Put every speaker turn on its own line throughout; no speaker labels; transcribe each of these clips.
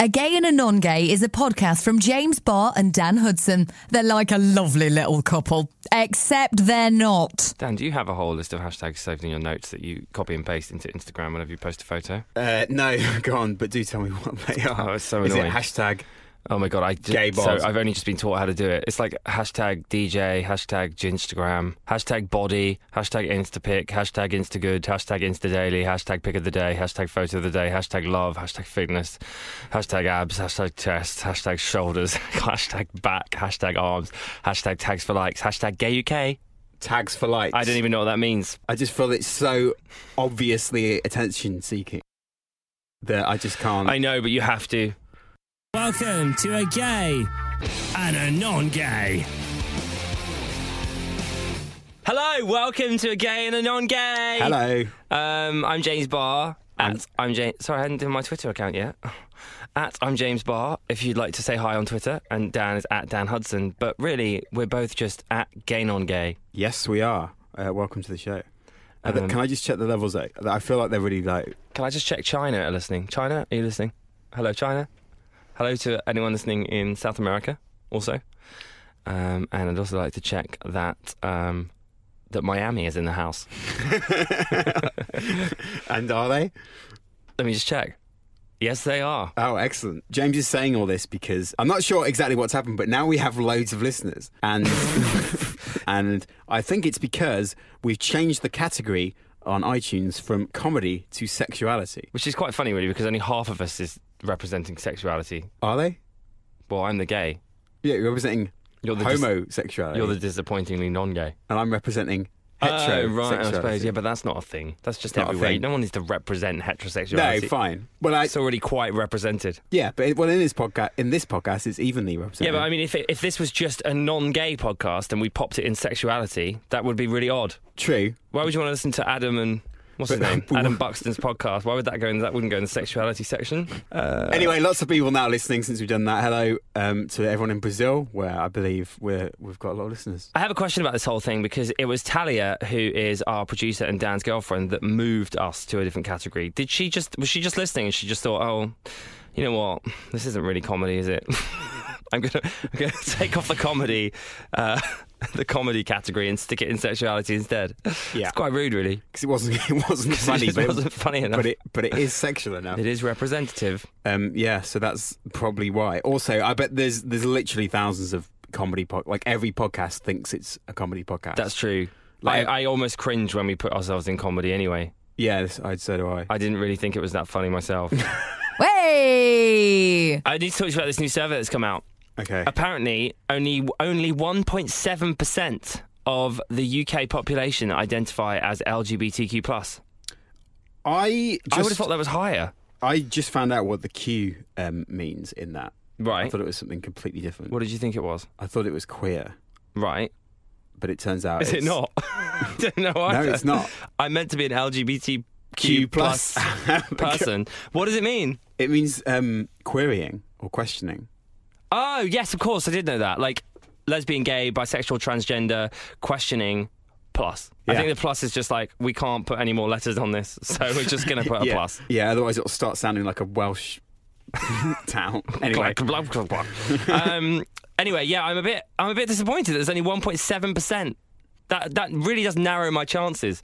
A Gay and a Non Gay is a podcast from James Barr and Dan Hudson. They're like a lovely little couple, except they're not.
Dan, do you have a whole list of hashtags saved in your notes that you copy and paste into Instagram whenever you post a photo?
Uh, no, go on, but do tell me what they are.
Oh, it's so
Is it
annoying.
hashtag?
Oh my god, I just,
Gay
so
bars.
I've only just been taught how to do it. It's like hashtag DJ, hashtag Instagram, hashtag body, hashtag Instapic, hashtag Instagood, hashtag Instadaily, hashtag pick of the day, hashtag photo of the day, hashtag love, hashtag fitness, hashtag abs, hashtag chest, hashtag shoulders, hashtag back, hashtag arms, hashtag tags for likes, hashtag gay UK.
Tags for likes.
I don't even know what that means.
I just feel it's so obviously attention seeking that I just can't.
I know, but you have to.
Welcome to a gay and a non gay.
Hello, welcome to a gay and a non-gay.
Hello.
Um, I'm James Barr. At I'm James. Sorry, I hadn't done my Twitter account yet. At I'm James Barr. If you'd like to say hi on Twitter, and Dan is at Dan Hudson. But really, we're both just at Gay Non Gay.
Yes, we are. Uh, welcome to the show. Uh,
Um,
th- can I just check the levels though? I feel like they're really like.
Can I just check China are listening? China, are you listening? Hello, China. Hello to anyone listening in South America, also. Um, and I'd also like to check that um, that Miami is in the house.
and are they?
Let me just check. Yes, they are.
Oh, excellent. James is saying all this because I'm not sure exactly what's happened, but now we have loads of listeners. And and I think it's because we've changed the category on iTunes from comedy to sexuality.
Which is quite funny, really, because only half of us is representing sexuality.
Are they?
Well, I'm the gay.
Yeah, you're representing
You're the dis-
homosexuality.
You're the disappointingly non-gay.
and I'm representing hetero.
Oh, right, I suppose. Yeah, but that's not a thing. That's just
Not a
everywhere.
thing.
No one needs to represent heterosexuality.
No, fine. Well, I,
It's already quite represented.
yeah, but it, well, in this podcast, in this podcast, it's evenly
Yeah,
represented.
but I mean, if it, if this was just a non-gay podcast and we popped it in sexuality, that would be really odd.
true.
Why would you want to listen to Adam and what's his
But-
name? Adam Buxton's podcast. Why would that go in? That wouldn't go in the sexuality section. Uh,
anyway, lots of people now listening since we've done that. Hello um, to everyone in Brazil, where I believe we're, we've got a lot of listeners.
I have a question about this whole thing because it was Talia, who is our producer and Dan's girlfriend, that moved us to a different category. Did she just was she just listening and she just thought, oh, you know what, this isn't really comedy, is it? I'm gonna I'm gonna take off the comedy, uh, the comedy category and stick it in sexuality instead.
Yeah.
it's quite rude, really.
Because it wasn't, it wasn't
'Cause
funny,
it just
but,
wasn't funny enough.
but it but it is sexual enough.
it is representative.
Um, yeah, so that's probably why. Also, I bet there's there's literally thousands of comedy pod. Like every podcast thinks it's a comedy podcast.
That's true.
Like-
I, I almost cringe when we put ourselves in comedy. Anyway,
yeah. I'd so do I.
I didn't really think it was that funny myself.
Way!
I need to talk to you about this new survey that's come out.
Okay.
apparently only only 1.7% of the UK population identify as LGBTQ+.
I just,
I would have thought that was higher.
I just found out what the Q um, means in that. I
Right.
thought it was something completely different.
What did you think it was?
I thought it was queer,
Right.
but it turns out
Is it
it's
not? I don't know.
No,
either.
it's not.
I meant to be an LGBTQ
Q
plus
plus.
person. What does it mean?
it means um, querying or questioning.
Oh, yes, of course. I did know that. Like lesbian, gay, bisexual, transgender, questioning, plus. I
Yeah.
think the plus is just like, we can't put any more letters on this, so we're just going to put a
yeah.
plus.
Yeah. Otherwise, it'll start sounding like a Welsh town. Anyway.
Blah, blah, blah, blah. um, anyway, yeah, I'm a bit, I'm a bit disappointed. that There's only 1.7 percent. That that really does narrow my chances.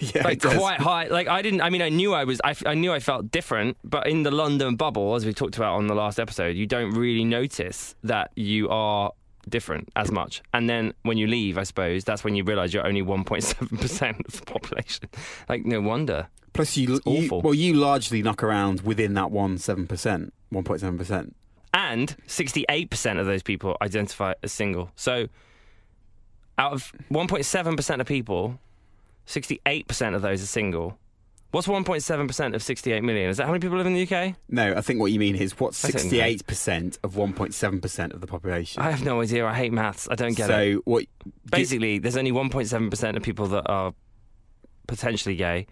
Yeah,
Like
it does.
quite high. Like I didn't. I mean, I knew I was. I, f- I knew I felt different. But in the London bubble, as we talked about on the last episode, you don't really notice that you are different as much. And then when you leave, I suppose that's when you realise you're only 1.7 percent of the population. Like no wonder.
Plus, you, you
awful.
well, you largely knock around within that one seven percent, one point seven percent.
and 68% of those people identify as single. So out of 1.7% of people, 68% of those are single. What's 1.7% of 68 million? Is that how many people live in the UK?
No, I think what you mean is what
I don't know.
sixty-eight percent of one point seven percent of the population.
I have no idea. I hate maths. I don't get
so
it.
what?
Basically, there's only 1.7% of people that are potentially gay,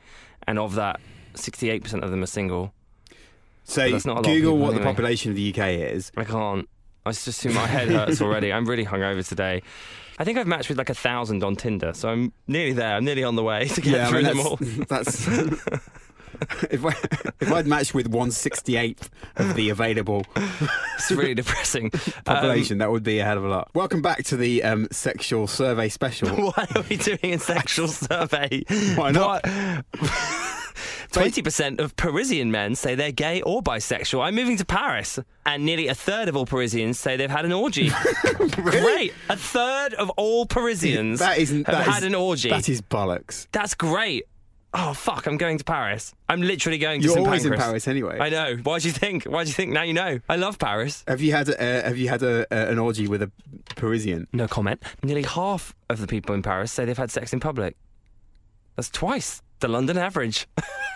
and of that, 68% of them are single.
So
that's not a lot of
Google
people,
what the
anyway.
population of the UK is.
I can't. It's just too my head hurts already. I'm really hungover today. I think I've matched with like a thousand on Tinder, so I'm nearly there. I'm nearly on the way to get
I
through
mean,
them all.
that's, that's if, I, if I'd matched with 168th of the available
Um, It's really depressing. Um,
population, that would be a hell of a lot. Welcome back to the um, sexual survey special.
why are we doing a sexual survey?
Why not?
Twenty percent of Parisian men say they're gay or bisexual. I'm moving to Paris, and nearly a third of all Parisians say they've had an orgy. Great, a third of all Parisians
That isn't.
have
that
had
is-
an orgy.
That is bollocks.
That's great. Oh fuck! I'm going to Paris. I'm literally going to
You're
St
always in
Pancras.
Paris anyway.
I know. Why do you think? Why do you think? Now you know. I love Paris.
Have you had a, uh, Have you had a, a, an orgy with a Parisian?
No comment. Nearly half of the people in Paris say they've had sex in public. That's twice the London average.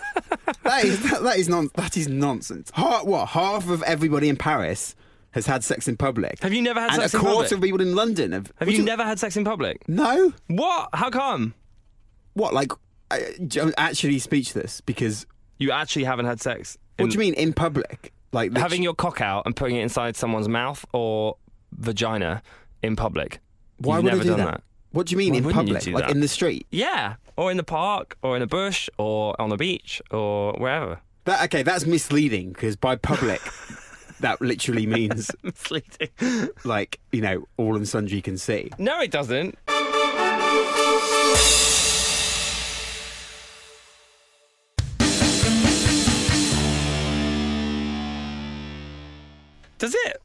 That is that, that is non that is nonsense. Half, what half of everybody in Paris has had sex in public.
Have you never had
and
sex
a
in
quarter
public?
of people in London have.
Have
Would
you, never had sex in public?
No.
What? How come?
What like? I, I'm actually speechless because.
You actually haven't had sex.
What
in-
do you mean in public? Like lit-
Having your cock out and putting it inside someone's mouth or vagina in public.
Why
You've
would
never
I do
done
that? What do you mean
Why
in
wouldn't you
public?
do
Like
that?
in the street?
Yeah. Or in the park or in a bush or on the beach or wherever.
That okay? That's misleading because by public, that literally means
Misleading.
like you know all and sundry can see.
no, it doesn't. Does it?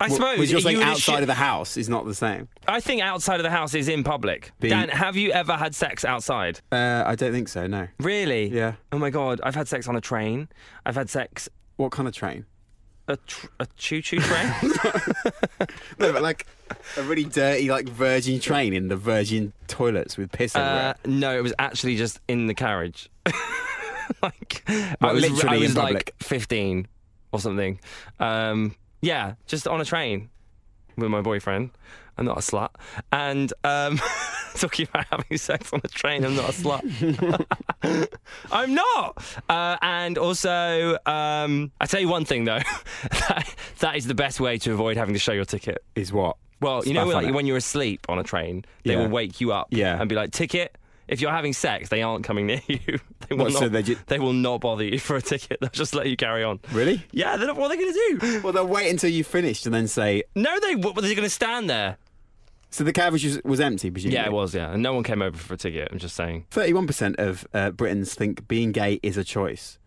I suppose.
Which you're
Are
saying
you in a
outside
shi-
of the house is not the same.
I think outside of the house is in public.
The-
Dan, have you ever had sex outside?
Uh, I don't think so. No.
Really?
Yeah.
Oh my god, I've had sex on a train. I've had sex
What kind of train?
a tr- a choo choo train.
No, but like a really dirty, like virgin train in the virgin toilets with piss
uh,
everywhere.
no, it was actually just in the carriage. like I
Well,
was,
literally
I
in
was like
public.
fifteen or something. Um, yeah, just on a train with my boyfriend. I'm not a slut. And um, talking about having sex on a train, I'm not a slut. I'm not. Uh, and also, um, I tell you one thing though, that, that is the best way to avoid having to show your ticket.
is what?
Well, you know,
Spaff on
like
it.
when you're asleep on a train, they
Yeah.
will wake you up
Yeah.
and be like, "Ticket." If you're having sex, they aren't coming near you. They will
What,
not.
so they ju-
they will not bother you for a ticket. They'll just let you carry on.
Really?
Yeah. They're not, what are they going to do?
Well, they'll wait until you've finished and then say.
No, they. What, they're going to stand there.
So the carriage was, was empty, presumably.
Yeah, it was. Yeah, and no one came over for a ticket. I'm just saying.
Thirty-one percent of uh, Britons think being gay is a choice.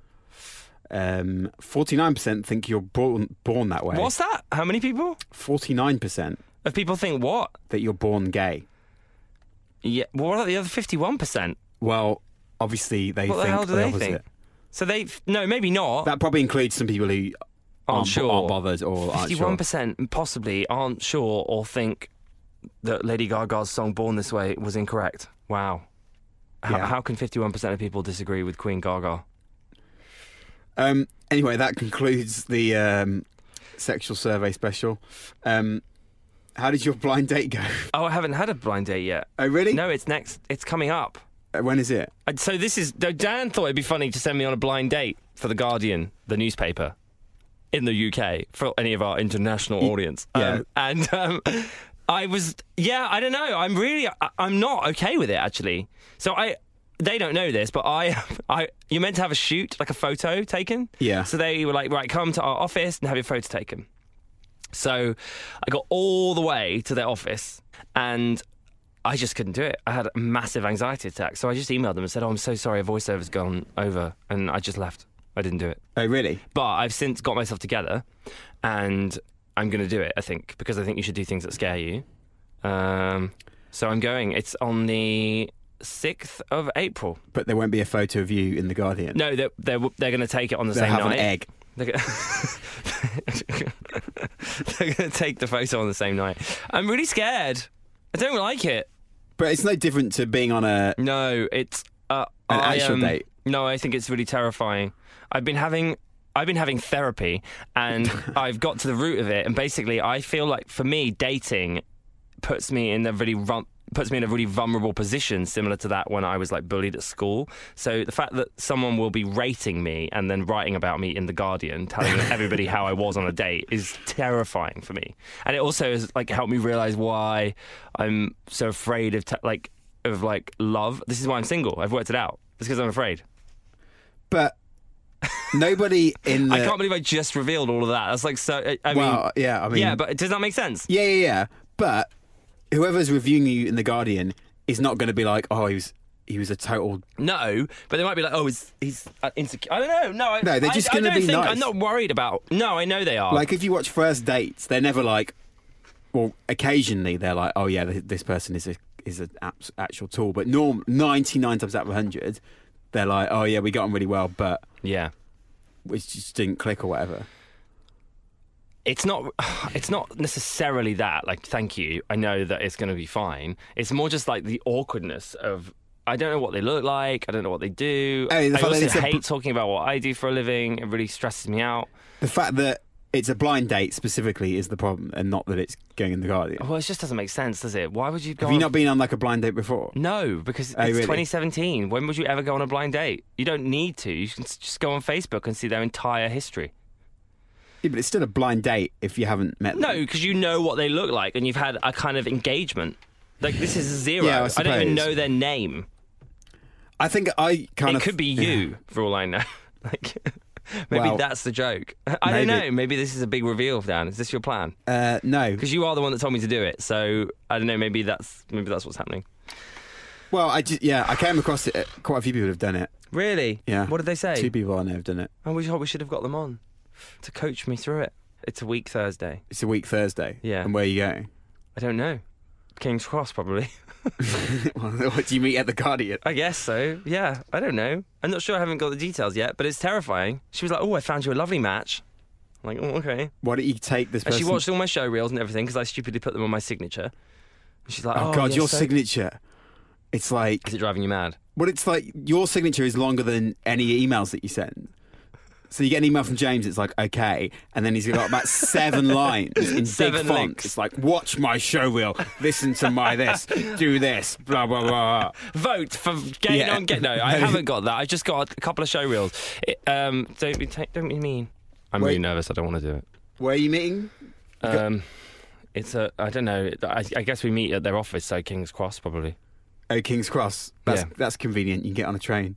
Um, forty-nine percent think you're born born that way.
What's that? How many people?
Forty-nine percent
If people think what?
that you're born gay.
Yeah. well, What about the other fifty-one percent?
Well, obviously they
What the
think
hell do they
opposite.
think? So they no, maybe not.
That probably includes some people who
aren't
aren't,
Oh, sure.
aren't bothered or aren't
Fifty-one
sure.
percent possibly aren't sure or think that Lady Gaga's song "Born This Way" was incorrect. Wow. How,
Yeah.
how can fifty-one percent of people disagree with Queen Gaga?
Um, anyway, that concludes the um, sexual survey special. Um, how did your blind date go?
Oh, I haven't had a blind date yet.
Oh, really?
No, it's next. It's coming up.
Uh, When is it?
And So this is. though Dan thought it'd be funny to send me on a blind date for the Guardian, the newspaper, in the UK for any of our international audience.
yeah.
Um, and um, I was, yeah, I don't know. I'm really, I, I'm not okay with it actually. So I, they don't know this, but I, I, you're meant to have a shoot, like a photo taken.
Yeah.
So they were like, right, come to our office and have your photo taken. So I got all the way to their office and I just couldn't do it. I had a massive anxiety attack. So I just emailed them and said, oh, I'm so sorry, a voiceover's gone over. And I just left. I didn't do it.
Oh, really?
But I've since got myself together and I'm going to do it, I think, because I think you should do things that scare you. Um, so I'm going. It's on the 6th of April.
But there won't be a photo of you in the Guardian.
No, they're, they're, they're going to take it on the
They'll
same
have
night.
an egg.
They're gonna, They're gonna take the photo on the same night. I'm really scared. I don't like it.
But it's no different to being on a.
No, it's uh,
An
I,
actual
um,
date.
No, I think it's really terrifying. I've been having. I've been having therapy and I've got to the root of it and basically I feel like for me dating puts me in a really rum- puts me in a really vulnerable position similar to that when I was like bullied at school. So the fact that someone will be rating me and then writing about me in the Guardian telling everybody how I was on a date is terrifying for me. And it also has like helped me realize why I'm so afraid of t- like of like love. This is why I'm single. I've worked it out. It's because I'm afraid.
But Nobody in the.
I can't believe I just revealed all of that. That's like so. I- I
well,
mean,
yeah, I mean,
yeah, but does that make sense?
yeah, yeah, yeah. But whoever's reviewing you in the Guardian is not going to be like, oh, he was he was a total.
No, but they might be like, oh, he's he's uh, insecure. I don't know. No, I,
No, they're
I-
just
I
gonna
don't
be
think-
nice.
I'm not worried about. No, I know they are.
Like if you watch First Dates, they're never like. Well, occasionally they're like, oh yeah, th- this person is a is an abs- actual tool. But norm ninety nine times out of hundred, they're like, oh yeah, we got on really well, but
yeah.
it just didn't click or whatever.
it's not it's not necessarily that like thank you i know that it's going to be fine it's more just like the awkwardness of i don't know what they look like i don't know what they do
Oh, the
i
fact that
also
it's a-
hate talking about what i do for a living it really stresses me out
The fact that it's a blind date specifically is the problem, and not that it's going in the Guardian.
well it just doesn't make sense does it why would you go
Have you
on...
not been on like a blind date before?
no because it's
Oh, really?
2017 when would you ever go on a blind date you don't need to you can s- just go on facebook and see their entire history
Yeah, but it's still a blind date if you haven't met.
No,
them.
because you know what they look like and you've had a kind of engagement. Like this is zero.
Yeah, I
don't even
suppose.
know their name.
I think I kind
it
of
could be
yeah.
you, for all I know. like maybe
Well,
that's the joke. I
maybe.
don't know. Maybe this is a big reveal, Dan. Is this your plan?
Uh, no,
Because you are the one that told me to do it. So I don't know. Maybe that's maybe that's what's happening.
well, I just yeah, I came across it. uh, Quite a few people have done it.
Really?
Yeah.
What did they say?
Two people I know have done it.
I wish we should have got them on to coach me through it. It's a week Thursday.
It's a week Thursday.
Yeah.
And where are you going?
I don't know. King's Cross probably.
what do you meet at the Guardian?
I guess so. Yeah, I don't know. I'm not sure. I haven't got the details yet, but it's terrifying. She was like, "Oh, I found you a lovely match." I'm like, "Oh, okay."
Why don't you take this
And
person?
she watched all my show reels and everything because I stupidly put them on my signature. And she's like,
oh,
"Oh,
God,
yes,
your
so-"
signature. It's like
Is it driving you mad?
well, it's like your signature is longer than any emails that you send. So you get an email from James, it's like okay, and then he's got about seven lines in
Seven
big font.
links.
It's like watch my show reel, listen to my this, do this, blah blah blah.
Vote for gay
Yeah.
non-gay. No, I haven't got that. I just got a couple of show reels. It, um, don't be, ta- don't be mean. I'm
Wait.
really nervous. I don't want to do it.
Where are you meeting?
Um, it's a. I don't know. I, I guess we meet at their office, so King's Cross probably.
Oh, King's Cross. That's
Yeah.
that's convenient. You can get on a train.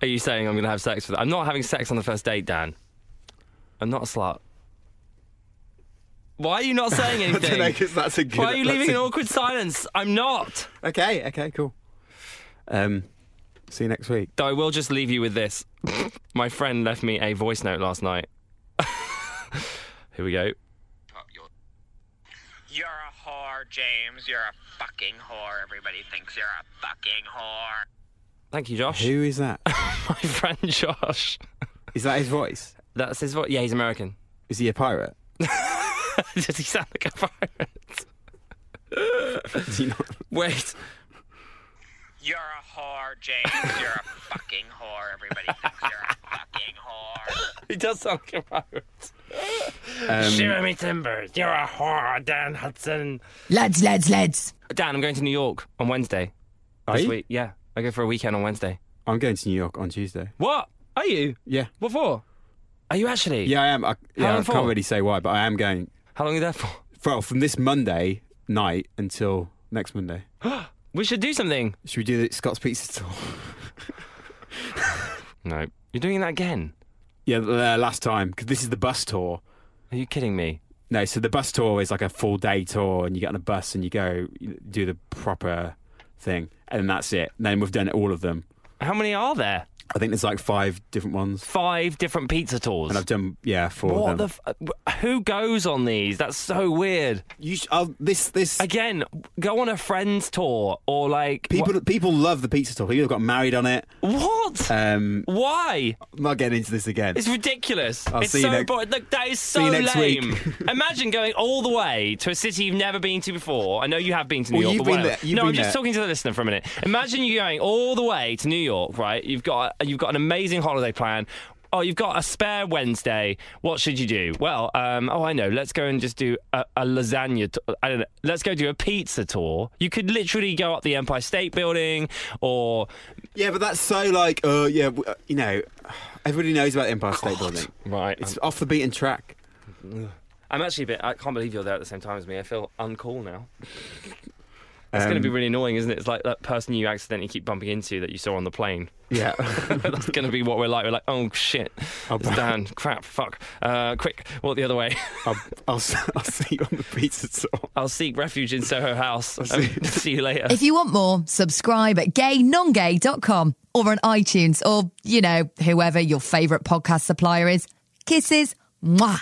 Are you saying I'm going to have sex with? I'm not having sex on the first date, Dan. I'm not a slut. Why are you not saying
I don't
anything?
know, 'cause that's a good.
Why are you
that's
leaving
a-
an awkward silence? I'm not.
Okay, okay, cool. Um, see you next week.
Though I will just leave you with this. My friend left me a voice note last night. Here we go.
You're a whore, James. You're a fucking whore. Everybody thinks you're a fucking whore.
Thank you, Josh.
Who is that?
My friend Josh.
Is that his voice?
That's his voice. Yeah, he's American.
Is he a pirate?
Does he sound like a pirate?
Is he not-
Wait.
You're a whore, James. You're a fucking whore. Everybody thinks you're a fucking whore.
He does sound like a pirate.
Um,
Shiver me timbers. You're a whore, Dan Hudson.
Lads, lads, lads.
Dan, I'm going to New York on Wednesday.
are
this
you?
week. Yeah, I go for a weekend on Wednesday.
I'm going to New York on Tuesday.
What? Are you?
Yeah,
What for? Are you actually?
yeah, I am. I,
How
yeah,
long
I
for?
can't really say why, but I am going.
How long are you there for?
Well, from this Monday night until next Monday.
We should do something.
Should we do the Scott's Pizza tour?
No. You're doing that again?
yeah, the uh, last time because this is the bus tour.
Are you kidding me?
No, so the bus tour is like a full day tour, and you get on a bus and you go you do the proper thing, and that's it. And then we've done all of them.
How many are there?
I think there's like five different ones,
Five different pizza tours.
and I've done yeah four
what
of
the?
them.
F- uh, who goes on these? That's so weird.
you sh- oh, this this
Again, go on a friend's tour or like
people people love the pizza tour. People have got married on it.
wha- What?
Um,
Why?
I'm not getting into this again.
It's ridiculous.
I'll
it's
see you
so
next-
boring. Look, that is so
See you next week.
lame. Imagine going all the way to a city you've never been to before. I know you have been to New
Well,
York,
you've
but
been
whatever.
there. You've
no, I'm
been
just
there.
talking to the listener for a minute. Imagine you going all the way to New York, right? You've got you've got an amazing holiday plan. Oh, you've got a spare Wednesday. What should you do? Well, um, oh, I know. Let's go and just do a, a lasagna. T- I don't know. Let's go do a pizza tour. You could literally go up the Empire State Building, or
yeah, but that's so like uh yeah w- uh, you know everybody knows about the Empire State Building.
right.
It's off the beaten track.
I'm actually a bit. I can't believe you're there at the same time as me. I feel uncool now. It's
Um,
going to be really annoying, isn't it? It's like that person you accidentally keep bumping into that you saw on the plane.
Yeah.
That's going to be what we're like. We're like, oh shit, it's
bro.
Dan, crap, fuck, uh, quick, walk the other way.
I'll, I'll, s- I'll see you on the pizza store.
I'll seek refuge in Soho House. Um, see you later.
If you want more, subscribe at gaynongay.com or on iTunes or, you know, whoever your favourite podcast supplier is. Kisses. Mwah.